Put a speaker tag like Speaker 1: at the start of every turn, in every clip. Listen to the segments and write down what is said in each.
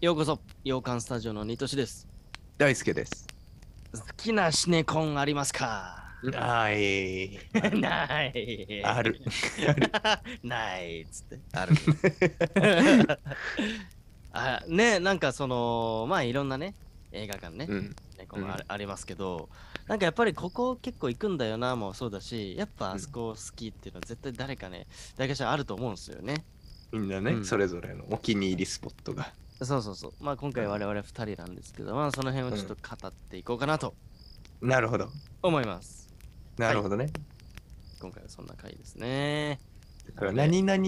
Speaker 1: ようこそ洋館スタジオのニトシです
Speaker 2: 大輔です。
Speaker 1: 好きなシネコンありますか
Speaker 3: はい。
Speaker 1: ない
Speaker 3: ある。
Speaker 1: ないっつって
Speaker 3: ある。
Speaker 1: あねなんかそのまあいろんなね映画館ね、
Speaker 2: うん。
Speaker 1: ね、ここあ,、ありますけどなんかやっぱりここ結構行くんだよなもうそうだしやっぱあそこ好きっていうのは絶対誰かね大学者あると思うんですよね
Speaker 2: みんな
Speaker 1: う
Speaker 2: ね、
Speaker 1: ん
Speaker 2: それぞれのお気に入りスポットが。
Speaker 1: そうそうそうまあ今回我々2人なんですけどまあその辺をちょっと語っていこうかなと
Speaker 2: なるほど。
Speaker 1: 思います、
Speaker 2: なるほどね。
Speaker 1: 今回はそんな回ですね
Speaker 2: だから何々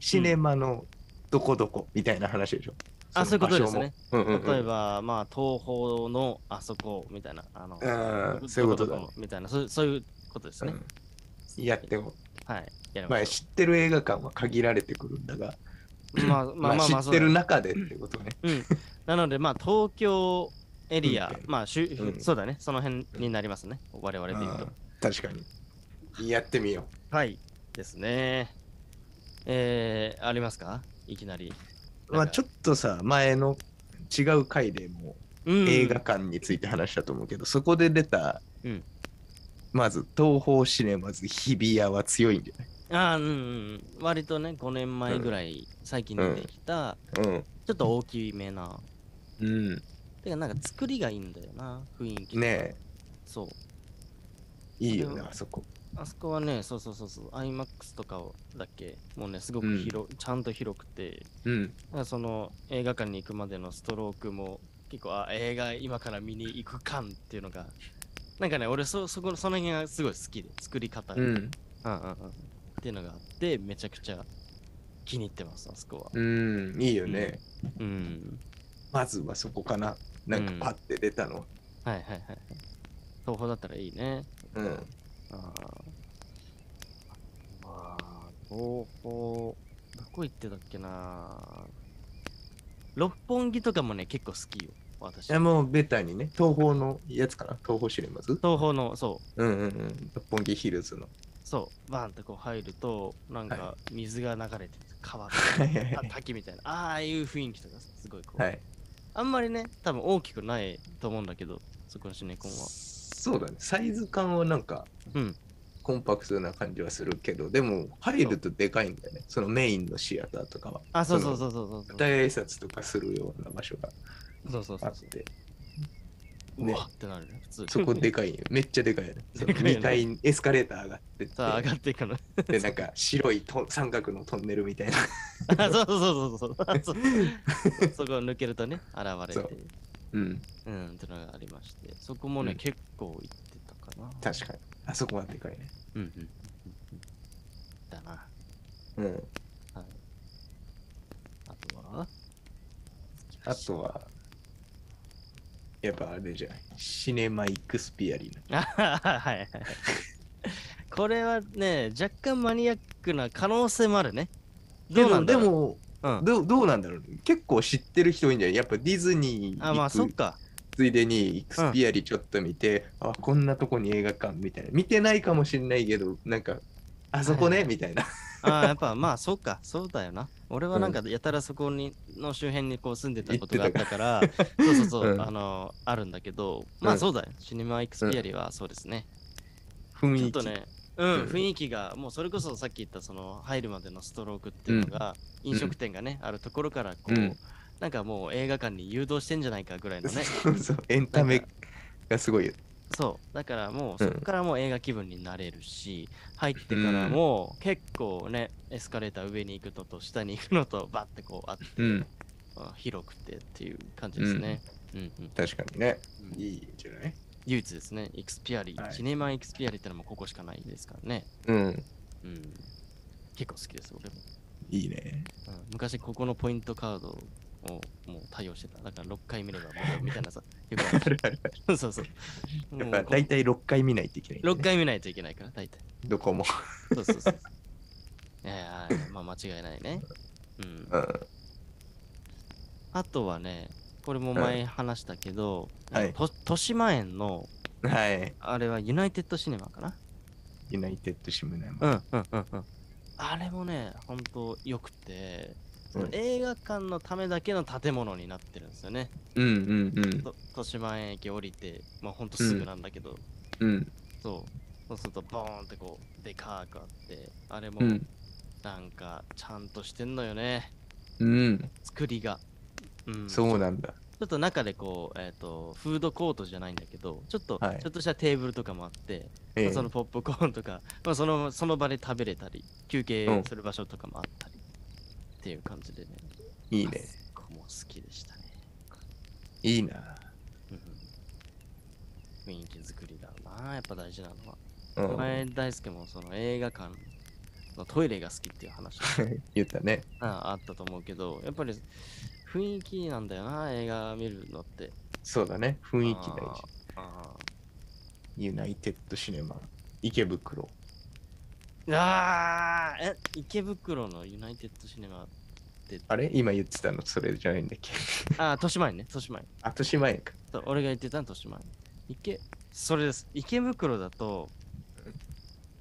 Speaker 2: シネマのどこどこみたいな話でしょ。
Speaker 1: あそういうことですね
Speaker 2: その場所も。うんうんうん
Speaker 1: 例えば、まあ、東方のあそこみたいな、あの、
Speaker 2: うんそういうことだ
Speaker 1: どこどこみたいな、そうそういうことですね。
Speaker 2: うんやっても、
Speaker 1: はい。やり
Speaker 2: ま
Speaker 1: ま
Speaker 2: あ、
Speaker 1: し
Speaker 2: 知ってる映画館は限られてくるんだが、
Speaker 1: ょう。まあ、ま
Speaker 2: ま
Speaker 1: あ、
Speaker 2: あ、
Speaker 1: まあ、
Speaker 2: 知
Speaker 1: まあ、
Speaker 2: っ
Speaker 1: そ
Speaker 2: てる
Speaker 1: う
Speaker 2: 中でってことね。
Speaker 1: うん。なので、まあ、東京エリア、
Speaker 2: うん
Speaker 1: まあ、しゅ
Speaker 2: うん
Speaker 1: そうだね、その辺になりますね。我々で言うと
Speaker 2: うん。確かに。やってみよ
Speaker 1: はい。ですね。えー、ありますかいきなり。
Speaker 2: う。まあ、ちょっとさ、前の違う回でも
Speaker 1: うん
Speaker 2: 映画館について話したと思うけど、そこで出た、
Speaker 1: うん
Speaker 2: まず東宝シネマズ日比谷は強いんじゃ
Speaker 1: あーうんうんうん。割とね、5年前ぐらい、最近出てきた、
Speaker 2: ない
Speaker 1: ちょっと大きめな。
Speaker 2: うん。
Speaker 1: てか、なんか作りがいいんだよな、雰囲気。
Speaker 2: うん。ねえ、
Speaker 1: そう。
Speaker 2: いいよ
Speaker 1: で
Speaker 2: ね、
Speaker 1: も
Speaker 2: あそこ。
Speaker 1: あそこはね、そうそうそうそう、IMAX とかをだっけ、もうね、すごく
Speaker 2: うん
Speaker 1: 広、ちゃんと広くて、
Speaker 2: うん。
Speaker 1: だからその映画館に行くまでのストロークも、結構、あ、映画今から見に行く感っていうのが、なんかね、俺そ、そこ、その辺がすごい好きで、作り方、
Speaker 2: う
Speaker 1: うんうん
Speaker 2: ん。
Speaker 1: うんっていうのがあって、めちゃくちゃ気に入ってます、あそこは。
Speaker 2: うん、いいよね。
Speaker 1: うん。
Speaker 2: まずはそこかな。なんかパッて出たの。
Speaker 1: はいはいはいはい。東宝だったらいいね。
Speaker 2: うん。
Speaker 1: ああ。まあ、東宝、どこ行ってたっけな六本木とかもね、結構好きよ、私。
Speaker 2: いや
Speaker 1: 東
Speaker 2: もうベタにね、東宝のやつかな。東宝シネマズ
Speaker 1: 宝の、そう、
Speaker 2: うんうんうん。六本木ヒルズの。
Speaker 1: そう、バーンってこう入ると、なん
Speaker 2: は
Speaker 1: か水が流れてて、川が、
Speaker 2: はいはい
Speaker 1: た滝みたいな、ああいう雰囲気とかさすごいこう、
Speaker 2: はい。
Speaker 1: あんまりね、多分大きくないと思うんだけど、そこのシネコンは。
Speaker 2: そうだね。サイズ感はなんか、
Speaker 1: うん
Speaker 2: コンパクトな感じはするけど、でも入るとでかいんだよね。そのメインのシアターとかは。
Speaker 1: あ、そうそう
Speaker 2: の
Speaker 1: そうそうそう
Speaker 2: 舞。台挨拶とかするような場所が
Speaker 1: そうそうそ
Speaker 2: あ
Speaker 1: う
Speaker 2: っ。て、
Speaker 1: う
Speaker 2: ね
Speaker 1: わってなるね、普通に。
Speaker 2: そこでかいよ。めっちゃでかいよね。その
Speaker 1: でかいよね
Speaker 2: 2階にエスカレーター上がってっ て、
Speaker 1: さあ、上がっていくの。
Speaker 2: で、なんか白いと三角のトンネルみたいな。
Speaker 1: あそうそうそう そうそうそう。そこを抜けるとね、現れて
Speaker 2: そ、うん、
Speaker 1: うん、ってのがありまして、そこもね、
Speaker 2: うん
Speaker 1: 結構行ってたかな。
Speaker 2: 確かに。あそこはでかいね。
Speaker 1: うんうんうんうんうん。だな。
Speaker 2: うん。
Speaker 1: あとは
Speaker 2: あとは、やっぱあれじゃない。シネマイクスピアリー
Speaker 1: あはははいはい。これはね、若干マニアックな可能性もあるね。
Speaker 2: な。
Speaker 1: どうなんだ
Speaker 2: で
Speaker 1: ろう
Speaker 2: も、
Speaker 1: うん。
Speaker 2: どうどうなんだろうね結構知ってる人多いんじゃないやっぱディズニー
Speaker 1: あ、まあ、
Speaker 2: 行
Speaker 1: そっ
Speaker 2: く
Speaker 1: か。
Speaker 2: ついでにイクスピアリちょっと見て、あこんなとこに映画館みたいな見てないかもしんないけどなんかあそこ
Speaker 1: は
Speaker 2: ね
Speaker 1: い
Speaker 2: みたいな
Speaker 1: あやっぱ、まあ、そっか。そうだよな。俺はなんか、やたらそこに、の周辺にこう住んでたことがあったから、そうそうそう、
Speaker 2: うん
Speaker 1: あの、あるんだけど、まあ
Speaker 2: うん
Speaker 1: そうだよ。シネマエクスピアリはそうですね。
Speaker 2: 雰
Speaker 1: ちょっ
Speaker 2: 囲気
Speaker 1: とね、うん、
Speaker 2: うん
Speaker 1: 雰囲気が、もうそれこそさっき言ったその入るまでのストロークっていうのが、飲食店がね、あるところからこう、
Speaker 2: うん
Speaker 1: なんかもう映画館に誘導してんじゃないかぐらいの ね。
Speaker 2: そうそうエンタメがすごいよ
Speaker 1: そう。だからもう、
Speaker 2: う
Speaker 1: そ
Speaker 2: ん
Speaker 1: こからもう映画気分になれるし、入ってからも結構ね、エスカレーター上に行くのと下に行くのと、バッてこうあって、
Speaker 2: うん
Speaker 1: あ広くてっていう感じですね。うんうん
Speaker 2: 確かにね
Speaker 1: うん
Speaker 2: いいんじゃない
Speaker 1: 唯一ですね、エクスピアリ、
Speaker 2: はい
Speaker 1: シネマエクスピアリってのもここしかないですからね。
Speaker 2: うん
Speaker 1: うん。結構好きです、俺も。
Speaker 2: いい ね
Speaker 1: うん、昔ここのポイントカードをもう対応してた。だから6回見れば無料みたいなさ。よくある そうそう。も
Speaker 2: やっ
Speaker 1: う
Speaker 2: ぱ
Speaker 1: こ
Speaker 2: 大体6回見ないといけない、ね、
Speaker 1: 6回見ないといけないから、大体。
Speaker 2: どこも、
Speaker 1: そうそうそう。いやいやいや、まあ間違いないね。うん。
Speaker 2: うん、
Speaker 1: あとはね、これも前話したけど、
Speaker 2: はい
Speaker 1: あのと豊島園の、
Speaker 2: はい
Speaker 1: あれはユナイテッドシネマかな
Speaker 2: ユナイテッドシムナ
Speaker 1: うんうんうんうん。あれもね、ほんと良くて、その映画館のためだけの建物になってるんですよね。
Speaker 2: うんうん
Speaker 1: と豊島園駅降りて、まあほんとすぐなんだけど、
Speaker 2: うんうん
Speaker 1: そう。そうするとボーンってこう、でかくあって、あれも
Speaker 2: うん
Speaker 1: なんかちゃんとしてんのよね、
Speaker 2: うん
Speaker 1: 作りが。うん、
Speaker 2: そうなんだ
Speaker 1: ちょっと中でこう、えっ、と、フードコートじゃないんだけど、ちょっと、
Speaker 2: はい
Speaker 1: ちょっとしたテーブルとかもあって、
Speaker 2: ええ
Speaker 1: まあそのポップコーンとか、まあ、そのその場で食べれたり、休憩する場所とかもあったり、っていう感じでね、
Speaker 2: いいね
Speaker 1: あそこも好きでしたね。
Speaker 2: いいな
Speaker 1: うん雰囲気作りだろうな、やっぱ大事なのは。
Speaker 2: うん
Speaker 1: 前、大輔もその映画館のトイレが好きっていう話
Speaker 2: 言ったね
Speaker 1: ああったと思うけど、やっぱり雰囲気なんだよな、映画見るのって。
Speaker 2: そうだね雰囲気大事
Speaker 1: あーあー
Speaker 2: ユナイテッドシネマ池袋
Speaker 1: ああ、え、池袋のユナイテッドシネマって、
Speaker 2: あれ今言ってたのそれじゃないんだっけ
Speaker 1: ああ、豊島園ね、豊島園。
Speaker 2: あとしまえか
Speaker 1: そう俺が言ってたの豊島園。池、それです。池袋だと、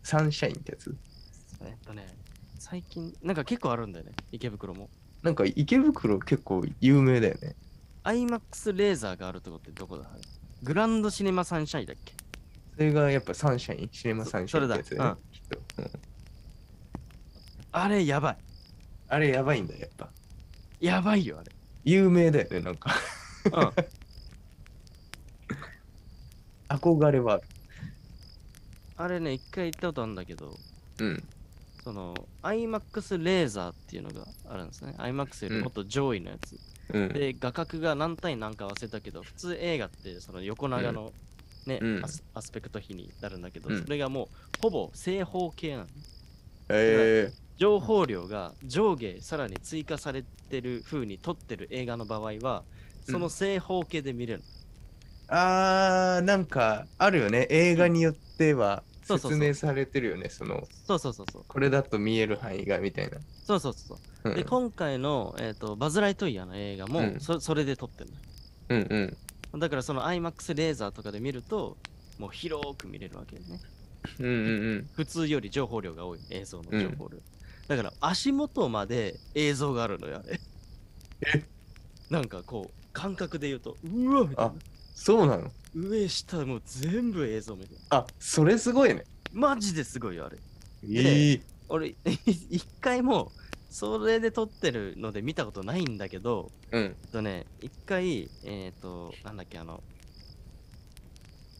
Speaker 2: サンシャインってやつ
Speaker 1: えっとね、最近、なんか結構あるんだよね、池袋も。
Speaker 2: なんか池袋結構有名だよね
Speaker 1: IMAX レーザーがあるとこってどこだグランドシネマサンシャインだっけ
Speaker 2: それがやっぱサンシャインシネマサンシャインってやつだよねきっとうん
Speaker 1: あれ、やばい。
Speaker 2: あれやばいんだよやっぱ
Speaker 1: やばいよ、あれ。
Speaker 2: 有名だよねなんか
Speaker 1: うん。
Speaker 2: 憧れはある
Speaker 1: あれね、一回行ったことあるんだけど、
Speaker 2: うん
Speaker 1: その、IMAX レーザーっていうのがあるんですね。IMAX よりもっと上位のやつ。
Speaker 2: うん
Speaker 1: で画角が何対何か忘れたけど普通映画ってその横長の、ね
Speaker 2: うん
Speaker 1: アスアスペクト比になるんだけど、
Speaker 2: うん
Speaker 1: それがもうほぼ正方形なの
Speaker 2: え
Speaker 1: 情報量が上下さらに追加されてる風に撮ってる映画の場合はその正方形で見れる、
Speaker 2: ー、あーなんかあるよね映画によっては
Speaker 1: そうそうそう
Speaker 2: 説明されてるよねその
Speaker 1: そうそうそうそう
Speaker 2: これだと見える範囲がみたいな、
Speaker 1: そうそうそう、
Speaker 2: う、
Speaker 1: うんで今回の、えー、とバズ・ライトイヤーの映画も、
Speaker 2: うん
Speaker 1: そそれで撮ってるの
Speaker 2: うんうん
Speaker 1: だからその IMAX レーザーとかで見るともう広く見れるわけですね
Speaker 2: うんうん
Speaker 1: 普通より情報量が多い映像の情報量、だから足元まで映像があるのよあれ
Speaker 2: え
Speaker 1: なんかこう感覚で言うとうわみたいな
Speaker 2: あそうなの
Speaker 1: 上下もう全部映像みたいな
Speaker 2: あそれすごいね
Speaker 1: マジですごいよあれ
Speaker 2: ええ
Speaker 1: 俺 一回もそれで撮ってるので見たことないんだけど
Speaker 2: うん
Speaker 1: えっとね一回えっ、となんだっけあの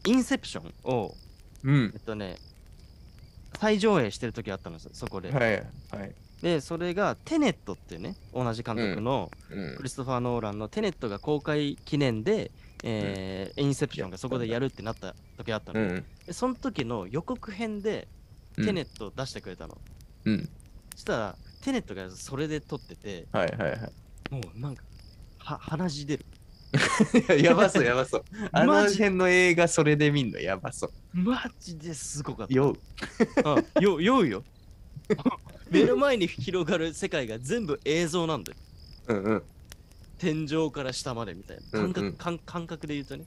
Speaker 1: インセプションを
Speaker 2: うん
Speaker 1: えっとね再上映してる時あったんですよそこで、
Speaker 2: はいはい
Speaker 1: でそれがテネットっていうね同じ監督の
Speaker 2: うん
Speaker 1: クリストファー・ノーランのテネットが公開記念で、えーインセプションがそこでやるってなった時あった
Speaker 2: う
Speaker 1: の、
Speaker 2: ん
Speaker 1: でその時の予告編でテネットを出してくれたの、
Speaker 2: うん
Speaker 1: そしたらテネットがそれで撮ってて
Speaker 2: はいはいは
Speaker 1: もうなんかは鼻血出る
Speaker 2: い やばそうやばそうあの
Speaker 1: マジ
Speaker 2: 辺の映画それで見んのやばそう
Speaker 1: マジですごかっ
Speaker 2: よ
Speaker 1: た、うん、よ酔 うよ目の前に広がる世界が全部映像なんだよ
Speaker 2: うんうん
Speaker 1: 天井から下までみたいな感覚,、
Speaker 2: うんうん
Speaker 1: 感感覚で言う とね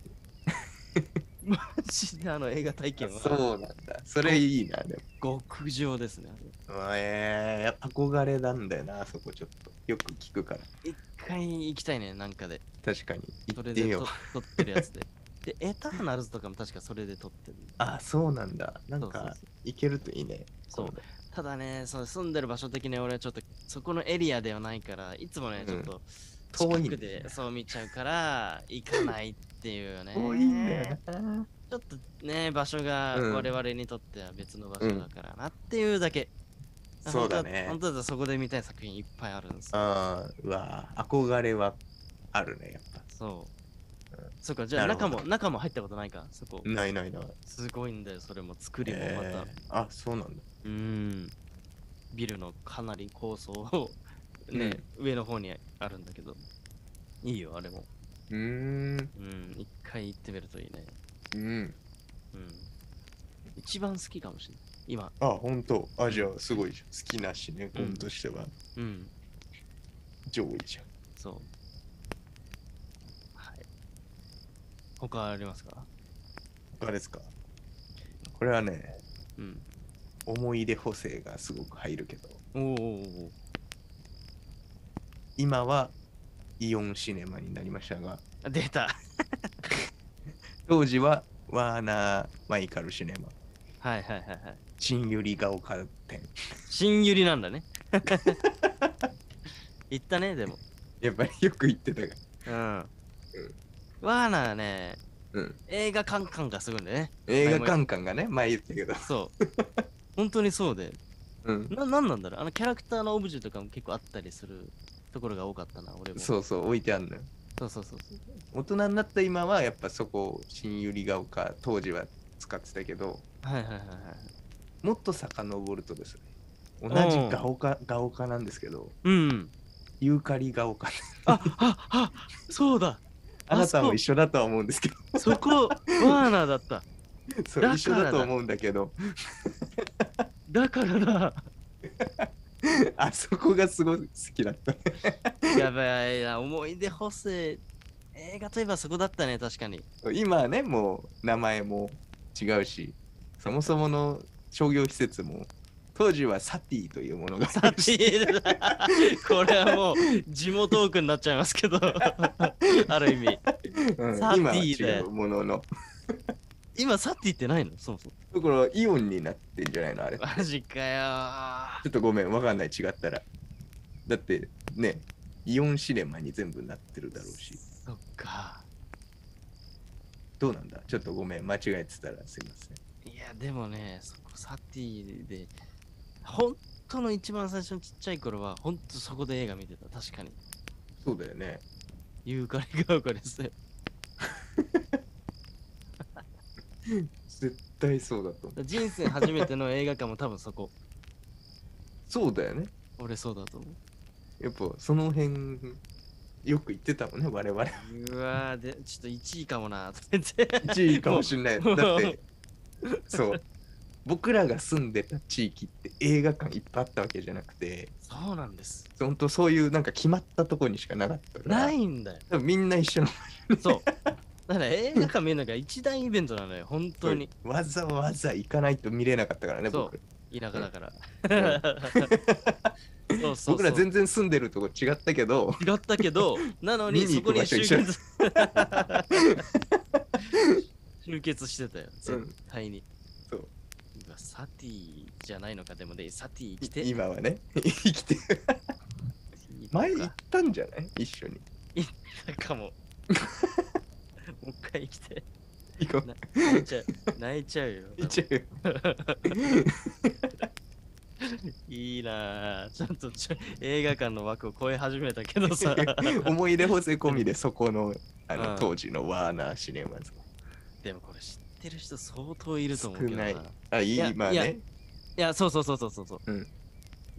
Speaker 1: マジであの映画体験は
Speaker 2: そうなんだそれいいなでも
Speaker 1: 極上ですねあれ
Speaker 2: うんええやっぱ憧れなんだよなそこちょっとよく聞くから
Speaker 1: 一回行きたいねなんかで
Speaker 2: 確かに
Speaker 1: そ
Speaker 2: 行
Speaker 1: れ
Speaker 2: って
Speaker 1: で
Speaker 2: よ
Speaker 1: と撮ってるやつででエターナルズとかも確かそれで撮ってる
Speaker 2: あそうなんだな
Speaker 1: そうそ
Speaker 2: ん
Speaker 1: う
Speaker 2: か行けるといいね
Speaker 1: そう
Speaker 2: だ
Speaker 1: そうただねその住んでる場所的に俺はちょっとそこのエリアではないからいつもね
Speaker 2: う
Speaker 1: ちょ
Speaker 2: ん
Speaker 1: っと
Speaker 2: 遠いんだよね
Speaker 1: 近くでそう見ちゃうから行かないっていうね
Speaker 2: おいいね
Speaker 1: ちょっとね場所が
Speaker 2: うん
Speaker 1: 我々にとっては別の場所だからなっていうだけ、
Speaker 2: そうだね
Speaker 1: 本当は本当だとそこで見たい作品いっぱいあるんですよ
Speaker 2: あーうわー憧れはあるねやっぱ
Speaker 1: そう、
Speaker 2: うん
Speaker 1: そっかじゃあ
Speaker 2: なる
Speaker 1: 中
Speaker 2: ほど
Speaker 1: も中も入ったことないかそこ
Speaker 2: ないないない
Speaker 1: すごいんだよそれも作りもまた、
Speaker 2: えーあそうなんだ
Speaker 1: うーんビルのかなり高層をね、上の方にあるんだけどいいよあれも
Speaker 2: うー
Speaker 1: う
Speaker 2: ん
Speaker 1: ん一回行ってみるといいね
Speaker 2: うん
Speaker 1: うん一番好きかもしれない今
Speaker 2: あ本当あじゃあすごいじゃん好きなシネコンとしては
Speaker 1: うん
Speaker 2: 上位じゃん
Speaker 1: そうはい他ありますか
Speaker 2: 他ですかこれはね
Speaker 1: うん
Speaker 2: 思い出補正がすごく入るけど
Speaker 1: おーおーおー
Speaker 2: 今はイオンシネマになりましたが、
Speaker 1: あ出た。
Speaker 2: 当時はワーナー・マイカル・シネマ、
Speaker 1: はいはいはいはい。
Speaker 2: チンユリが丘店。
Speaker 1: 新百合なんだね。 行ったね、でも。
Speaker 2: やっぱりよく言ってたが。
Speaker 1: うん。ワーナーね、
Speaker 2: うん、
Speaker 1: 映画感感がすごいんだよね。
Speaker 2: 映画感感がね、前言ったけど。
Speaker 1: そう。本当にそうで。
Speaker 2: うん、
Speaker 1: な、なんなんだろうあのキャラクターのオブジェとかも結構あったりするところが多かったな、俺も。
Speaker 2: そうそう、置いてあんのよ。
Speaker 1: そうそうそうそう。
Speaker 2: 大人になった今は、やっぱそこ、新百合が丘、当時は使ってたけど、
Speaker 1: はいはいはいはい。
Speaker 2: もっと遡るとですね、同じ
Speaker 1: うん
Speaker 2: ガオカ、ガオカなんですけど、
Speaker 1: うん。
Speaker 2: ユーカリガオカ。
Speaker 1: あ、あ、あ、そうだ。
Speaker 2: あなた
Speaker 1: そ
Speaker 2: も
Speaker 1: う
Speaker 2: 一緒だとは思うんですけど、
Speaker 1: そこ、ワーナーだった。 だか
Speaker 2: そう
Speaker 1: らだ
Speaker 2: 一緒だと思うんだけど、
Speaker 1: だからだ。
Speaker 2: あそこがすごい好きだった。
Speaker 1: やばいな、思い出補正。映画といえばそこだったね、確かに。
Speaker 2: 今はねもう名前も違うしそもそもの商業施設も当時はサティというものが
Speaker 1: サティだこれはもう地元トークになっちゃいますけ どある意味
Speaker 2: うん
Speaker 1: サティ
Speaker 2: 今
Speaker 1: だ
Speaker 2: は違うものの
Speaker 1: 今サティってないのそもそも
Speaker 2: ところイオンになってんじゃないのあれちょ
Speaker 1: マジかよ
Speaker 2: っとごめんわかんない違ったらだってねイオンシネマに全部なってるだろうし
Speaker 1: そっか
Speaker 2: どうなんだちょっとごめん間違えてたらすいません
Speaker 1: いやでもねそこサティで本当の一番最初のちっちゃい頃は本当そこで映画見てた確かに
Speaker 2: そうだよね
Speaker 1: ユーカリが丘ですよ
Speaker 2: 絶対そうだと思う
Speaker 1: 人生初めての映画館も多分そこ
Speaker 2: そうだよね
Speaker 1: 俺そうだと思う
Speaker 2: やっぱその辺よく言ってたもんね我々
Speaker 1: うわーでちょっと1位かもなとか言って
Speaker 2: 1位かもしれ ない。
Speaker 1: もう
Speaker 2: だって、そう。僕らが住んでた地域って映画館いっぱいあったわけじゃなくて、
Speaker 1: そうなんです
Speaker 2: 本当そういうなんか決まったとこにしかなかったから。
Speaker 1: ないんだよ
Speaker 2: 多分みんな一緒の
Speaker 1: そう。だから映画館見るのが一大イベントなのよ、本当に。
Speaker 2: わざわざ行かないと見れなかったからね、
Speaker 1: そう
Speaker 2: 僕ら。
Speaker 1: 田舎だから。
Speaker 2: う ん
Speaker 1: そうそう
Speaker 2: 僕ら全然住んでるとこ違ったけど、
Speaker 1: 違ったけど、なのに
Speaker 2: 見に
Speaker 1: そ
Speaker 2: 行
Speaker 1: こ
Speaker 2: く場
Speaker 1: に
Speaker 2: 所
Speaker 1: 集
Speaker 2: 一緒
Speaker 1: 結 集結してたよ、
Speaker 2: うん
Speaker 1: 絶対に。
Speaker 2: そう
Speaker 1: うわサティじゃないのか、でもで、サティ来て。
Speaker 2: 今はね、 生きてる。前行
Speaker 1: 行
Speaker 2: ったんじゃない一緒に。
Speaker 1: か も。もう一回来て。
Speaker 2: 行こう
Speaker 1: な泣いちゃう。泣いちゃうよ。
Speaker 2: 一応
Speaker 1: いいなぁ。ちょっとちょ映画館の枠を超え始めたけど さ。
Speaker 2: 思い出補正込みでそこのあ
Speaker 1: うん
Speaker 2: の当時のワーナーシネマズ
Speaker 1: でもこれ知ってる人相当いると
Speaker 2: 少
Speaker 1: 思うけどな。
Speaker 2: ないいあい
Speaker 1: いや
Speaker 2: いまあ
Speaker 1: いや
Speaker 2: ね
Speaker 1: や、そうそうそうそうそうそう、
Speaker 2: うん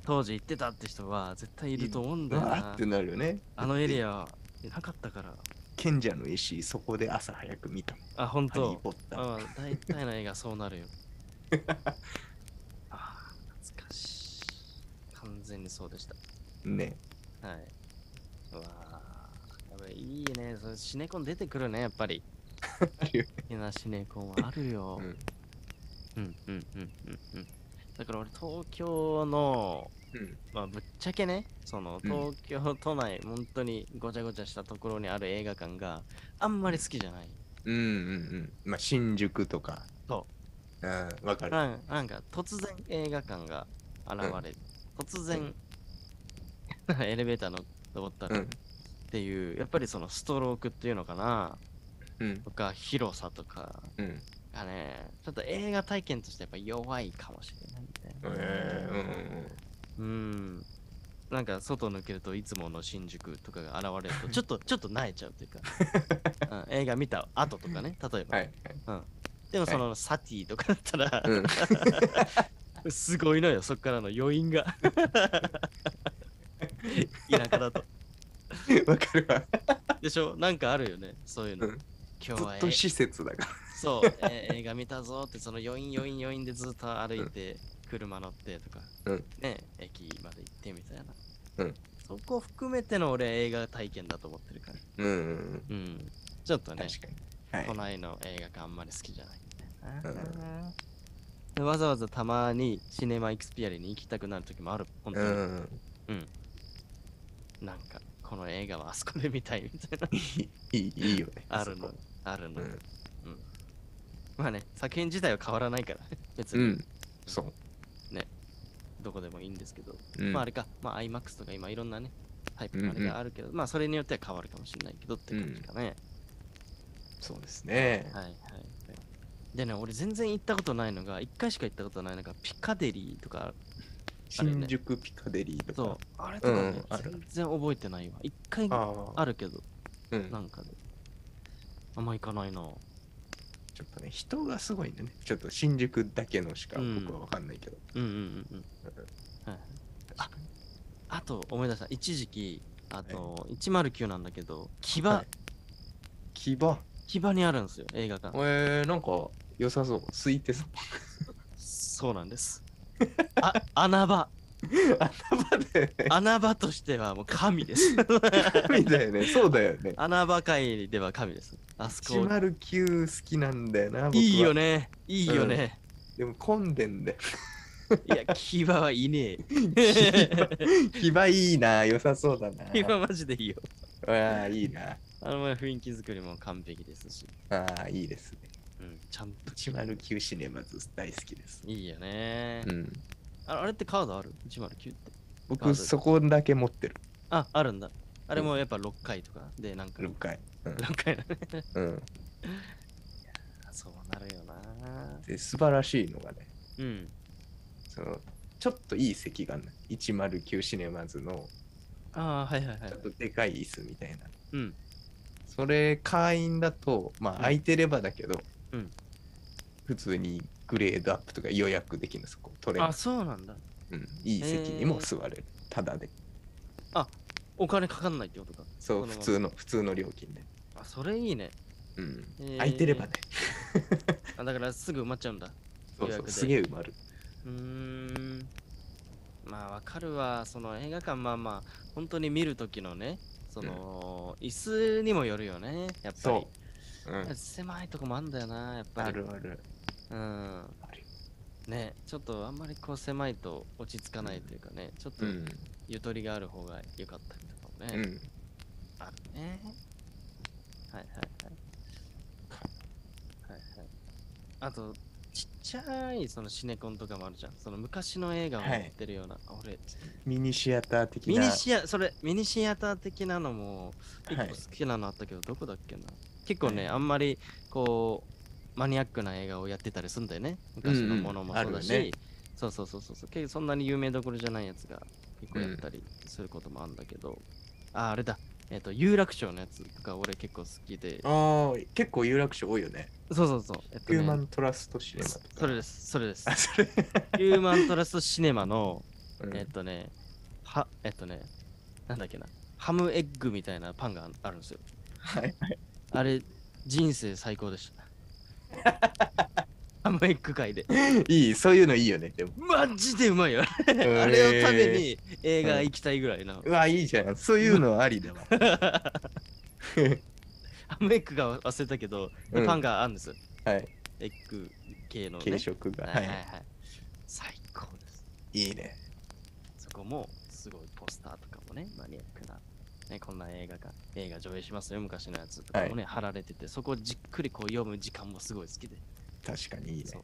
Speaker 1: 当時行ってたって人は絶対いると思うんだよ
Speaker 2: わー
Speaker 1: な
Speaker 2: っ。てなるよね
Speaker 1: あのエリアなかったから。
Speaker 2: 賢者の石そこで朝早く見た
Speaker 1: あ、ほん
Speaker 2: ハリー・
Speaker 1: と。
Speaker 2: ポッター
Speaker 1: あ大体の映画そうなるよ。 あー懐かしい。完全にそうでした。
Speaker 2: ね
Speaker 1: はい。うわーやばいいいね。それシネコン出てくるね、やっぱり。
Speaker 2: あるよ
Speaker 1: いなシネコンはあるよ。
Speaker 2: うん
Speaker 1: うんうんうんうんうん。だから俺東京の、
Speaker 2: うん
Speaker 1: まあぶっちゃけね、その
Speaker 2: うん
Speaker 1: 東京都内、本当にごちゃごちゃしたところにある映画館があんまり好きじゃない。
Speaker 2: うんうんうんまあ新宿とか
Speaker 1: そう
Speaker 2: うんわかる
Speaker 1: なんなんか突然映画館が現れる。突然、 エレベーターの登った
Speaker 2: う
Speaker 1: らっ
Speaker 2: ん
Speaker 1: ていう、やっぱりそのストロークっていうのかな、
Speaker 2: うん
Speaker 1: とか広さとか
Speaker 2: うん
Speaker 1: がね、ちょっと映画体験としてやっぱ弱いかもしれないみたいな。
Speaker 2: えーうん
Speaker 1: うん。なんか外抜けるといつもの新宿とかが現れると ちょっとちょっと萎えちゃうというか、うん映画見た後とかね例えば、
Speaker 2: はいはい
Speaker 1: でもその、サティとかだったら、
Speaker 2: う ん
Speaker 1: すごいのよそっからの余韻 が田舎だと
Speaker 2: わかるわ
Speaker 1: でしょなんかあるよねそういうの、
Speaker 2: うん
Speaker 1: 今日
Speaker 2: ず
Speaker 1: は
Speaker 2: っ
Speaker 1: え
Speaker 2: と施設だか
Speaker 1: そう、え ー映画見たぞってその余韻余韻余韻でずっと歩いて、車乗ってとか、
Speaker 2: うん
Speaker 1: ね駅まで行ってみたいな、
Speaker 2: うん
Speaker 1: そこ含めての俺映画体験だと思ってるから
Speaker 2: らうんうんうん
Speaker 1: うんちょっとね
Speaker 2: 確かにはい
Speaker 1: 都内の映画館あんまり好きじゃないみたいな
Speaker 2: う
Speaker 1: でわざわざたまにシネマエクスピアリに行きたくなる時もある本当
Speaker 2: う
Speaker 1: に、
Speaker 2: んうん
Speaker 1: なんかこの映画はあそこで見たいみたいな
Speaker 2: いいいいよ ね。
Speaker 1: あるの
Speaker 2: そこ
Speaker 1: あるの、
Speaker 2: うん
Speaker 1: まあね作品自体は変わらないから別
Speaker 2: う
Speaker 1: に
Speaker 2: ん。そう。
Speaker 1: どこでもいいんですけど、
Speaker 2: うん
Speaker 1: まああれか、まあ、IMAX とか今いろんなねタイプのあ
Speaker 2: う
Speaker 1: れ
Speaker 2: んうん
Speaker 1: があるけど、まあそれによっては変わるかもしれないけどって感じかね、
Speaker 2: そうですね。
Speaker 1: はいはいでね俺全然行ったことないのが1回しか行ったことないのがピカデリーとかあれね
Speaker 2: 新宿ピカデリーと
Speaker 1: そう
Speaker 2: か。
Speaker 1: あれとかね、
Speaker 2: うんある
Speaker 1: 全然覚えてないわ1回
Speaker 2: ああ。
Speaker 1: あるけど
Speaker 2: うん。
Speaker 1: なんかであんま行かないな
Speaker 2: ちょっとね、人がすごいんだね。ちょっと新宿だけのしか
Speaker 1: うん
Speaker 2: 僕はわかんないけど。
Speaker 1: うんうんうんうん。はい、ああと思い出した。一時期、あと、109なんだけど、木場、
Speaker 2: はい牙。
Speaker 1: 木場にあるんですよ、映画館。
Speaker 2: えー、なんか良さそう。空いてそう。
Speaker 1: そうなん です。あ穴場、
Speaker 2: 頭で、 ね、
Speaker 1: 穴場としてはもう神 です。
Speaker 2: 神だよね。そうだよね。
Speaker 1: 穴場界では神です。あそこ、
Speaker 2: 109好きなんだよな。僕はい
Speaker 1: いよ。ね、いいよね。
Speaker 2: でも混んでん だよ。
Speaker 1: いや、木場はいね え。
Speaker 2: 牙いいな。良さそうだな。
Speaker 1: 木場マジでいいよ。
Speaker 2: ああ、いいな。
Speaker 1: あの雰囲気作りも完璧ですし、
Speaker 2: ああ、いいですね。
Speaker 1: うん、ちゃんと
Speaker 2: 109シネマズ大好きです。
Speaker 1: いいよね、
Speaker 2: うん。
Speaker 1: あ。あれってカードある ?109 って。
Speaker 2: 僕、そこだけ持ってる。
Speaker 1: あ、あるんだ。あれもやっぱ6回とかで、なんか
Speaker 2: 6回。
Speaker 1: 6回 だね。
Speaker 2: うん。
Speaker 1: そうなるよな。
Speaker 2: で、素晴らしいのがね、
Speaker 1: うん。
Speaker 2: その、ちょっといい席があるの109シネマズの、
Speaker 1: ああ、はいはいは
Speaker 2: ち
Speaker 1: い
Speaker 2: ょっ。とでかい椅子みたいな。
Speaker 1: うん。
Speaker 2: それ、会員だと、まあ、空いてればだけど、
Speaker 1: うん
Speaker 2: 普通にグレードアップとか予約できるの、そこ、取れ
Speaker 1: あ、
Speaker 2: ます。
Speaker 1: そうなんだ。
Speaker 2: うん。いい席にも座れる。ただで。
Speaker 1: お金かかんないってことか。
Speaker 2: そ、
Speaker 1: そうのま
Speaker 2: 普
Speaker 1: ま
Speaker 2: 通の、普通の料金で。
Speaker 1: あ、それいいね。
Speaker 2: うん。
Speaker 1: えー
Speaker 2: 空いてればね。
Speaker 1: あ、だからすぐ埋まっちゃうんだ。
Speaker 2: そ
Speaker 1: 予
Speaker 2: うそ
Speaker 1: 約
Speaker 2: う、
Speaker 1: です
Speaker 2: げえ埋まる。
Speaker 1: うーん。まあわかるわ。その映画館、まあまあ、本当に見るときのね、その、椅子にもよるよね。やっぱり
Speaker 2: そ。う。うん。
Speaker 1: 狭いとこもあんだよな、やっぱり。
Speaker 2: あるある。
Speaker 1: うん。
Speaker 2: あるよ
Speaker 1: ねちょっとあんまりこう狭いと落ち着かないというかね、ちょっと
Speaker 2: うん。
Speaker 1: ゆとりがある方が良かったりとかもね、
Speaker 2: うん。
Speaker 1: あるねはいはいはいはいはいあとちっちゃいそのシネコンとかもあるじゃんその昔の映画を
Speaker 2: はい
Speaker 1: やってるような、あ俺
Speaker 2: ミニシアター的
Speaker 1: ミ
Speaker 2: な。
Speaker 1: ニシアそれミニシアター的なのも一
Speaker 2: はい
Speaker 1: 個好きなのあったけど、どこだっけな結構ね、
Speaker 2: はい
Speaker 1: あんまりこうマニアックな映画をやってたりすんだよね昔のものもそうだし、
Speaker 2: うんうんあるよね
Speaker 1: そうそうそうそうそうけそんなに有名どころじゃないやつが結構やったりすることもあるんだけど、ああれだえっ、と有楽町のやつとか俺結構好きで
Speaker 2: ああ、結構有楽町多いよね。
Speaker 1: そうそうそうえっと
Speaker 2: ヒ
Speaker 1: ね
Speaker 2: ューマントラストシネマとか。
Speaker 1: それですそれです
Speaker 2: あ、そ れ。
Speaker 1: ヒューマントラストシネマの
Speaker 2: うん
Speaker 1: えっとね、は、えっとね、なんだっけな、ハムエッグみたいなパンがあるんですよ。
Speaker 2: はい。
Speaker 1: あれ、人生最高でした。 ハムエッグ界で。。
Speaker 2: いい、そういうのいいよね。でも
Speaker 1: マジでうまいよ。あ
Speaker 2: あ
Speaker 1: れを食べ。に映画行きたいぐらいな。
Speaker 2: うわ、いいじゃん。そういうのあ りだわ。
Speaker 1: ハムエッグが忘れたけど、
Speaker 2: うん
Speaker 1: パンがあるんですよ。
Speaker 2: はい。
Speaker 1: エッグ系のね。
Speaker 2: 軽食が。
Speaker 1: はいはい
Speaker 2: は
Speaker 1: はい。最高です。
Speaker 2: い。いいね。
Speaker 1: そこもすごいポスターとかもね、マニアックな、ね、こんな映画が映画上映しますよ、昔のやつとかもね、貼られてて、そこをじっくりこう読む時間もすごい好きで。
Speaker 2: 確かにいい
Speaker 1: そ
Speaker 2: ね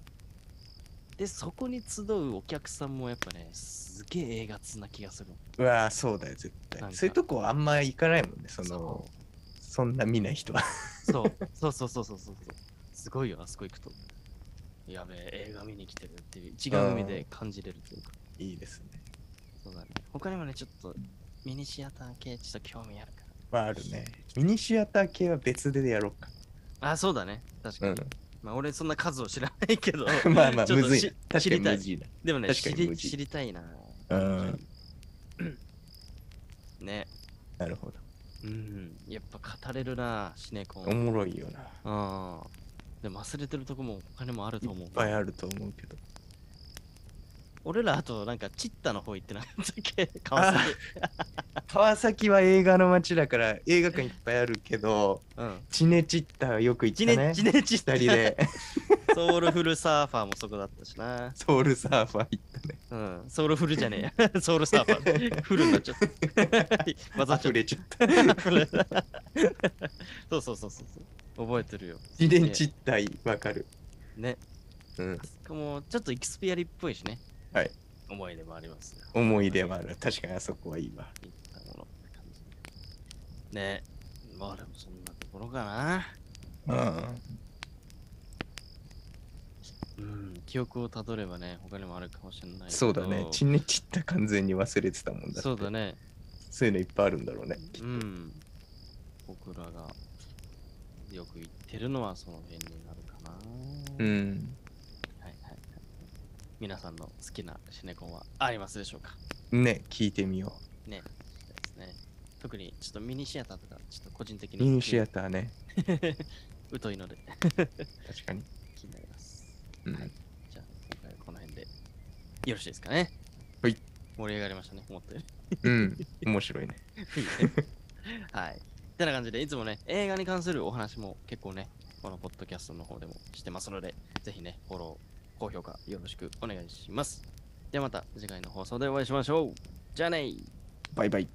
Speaker 1: う。で、そこに集うお客さんもやっぱね、すげえ映画通な気がする。
Speaker 2: うわ、そうだよ、絶
Speaker 1: なん
Speaker 2: 対。
Speaker 1: か
Speaker 2: そういうとこあんま行かないもんね、その
Speaker 1: そ、
Speaker 2: そんな見ない人は。
Speaker 1: そうそうそうそうそうそうそう。すごいよ、あそこ行くと。やべえ、映画見に来てるっていう、違う意味で感じれるというか。
Speaker 2: いいですね。
Speaker 1: そうだね。他にもね、ちょっとミニシアター系ちょっと興味あるか
Speaker 2: まあ、あるね。ミニシアター系は別でやろうか。
Speaker 1: ら。あ、そうだね。確か
Speaker 2: う
Speaker 1: に。
Speaker 2: ん。、
Speaker 1: まあ俺そんな数を知らないけど
Speaker 2: まあまあ、
Speaker 1: ちょっ
Speaker 2: む
Speaker 1: と
Speaker 2: ずい
Speaker 1: し
Speaker 2: な。確
Speaker 1: 知
Speaker 2: か
Speaker 1: り
Speaker 2: に
Speaker 1: たい
Speaker 2: むずいな。
Speaker 1: でもね、
Speaker 2: 確か
Speaker 1: 知
Speaker 2: に無
Speaker 1: り
Speaker 2: 事
Speaker 1: 知りたいな。
Speaker 2: うん。
Speaker 1: ね。
Speaker 2: なるほど。
Speaker 1: うん。やっぱ語れるな、シネコン。
Speaker 2: おもろいよな。
Speaker 1: うん。でも忘れてるとこもお金もある
Speaker 2: い
Speaker 1: と思う
Speaker 2: っ。ぱいあると思うけど。
Speaker 1: 俺らあとなんかチッタの方行ってなかったっけ川崎。
Speaker 2: 川崎は映画の街だから映画館いっぱいあるけど、
Speaker 1: うん。
Speaker 2: チネチッタはよく行っ
Speaker 1: ジ
Speaker 2: た
Speaker 1: ネ
Speaker 2: ね。
Speaker 1: ジネチッタ
Speaker 2: 二人。で
Speaker 1: ソウルフルサーファーもそこだったしな。
Speaker 2: ソウルサーファー行ったね。
Speaker 1: ううん、ソウルフルじゃねえや。 ソウルサーバー。フルになっちゃっ た。わざと
Speaker 2: 溢。れちゃった。
Speaker 1: そうそうそうそうそう。覚えてるよ。
Speaker 2: 自伝実態わかる。
Speaker 1: ね。
Speaker 2: うん。
Speaker 1: しかも、ちょっとエキスピアリっぽいしね。
Speaker 2: はい。
Speaker 1: 思い出もありますね。
Speaker 2: 思い出はある。確かにあそこはいいわ。
Speaker 1: いったものって感じ。ね。まあでもそんなところかな。
Speaker 2: うん。
Speaker 1: うん。記憶をたどればね、他にもあるかもしれないけど。
Speaker 2: そうだね。チンネチった完全に忘れてたもんだ。
Speaker 1: そうだ。ね。
Speaker 2: そういうのいっぱいあるんだろうね。
Speaker 1: うん。僕らがよく言ってるのはその辺になるかな。
Speaker 2: うん。
Speaker 1: はいはいはい。皆さんの好きなシネコンはありますでしょうか
Speaker 2: ね、聞いてみよ
Speaker 1: ね。そうですね。特にちょっとミニシアターとか、ちょっと個人的
Speaker 2: う。
Speaker 1: に
Speaker 2: ミニシアターね。
Speaker 1: 疎いので
Speaker 2: 確かに。
Speaker 1: 気になります。
Speaker 2: うん
Speaker 1: はいじゃあ、今回はこの辺でよろしいですかね。
Speaker 2: はい。
Speaker 1: 盛り上がりましたね、思ったより。
Speaker 2: うん。面白いね。
Speaker 1: はい。てな感じで、いつもね、映画に関するお話も結構ね、このポッドキャストの方でもしてますので、ぜひね、フォロー、高評価よろしくお願いします。ではまた次回の放送でお会いしましょう。じゃあねー
Speaker 2: バイバイ。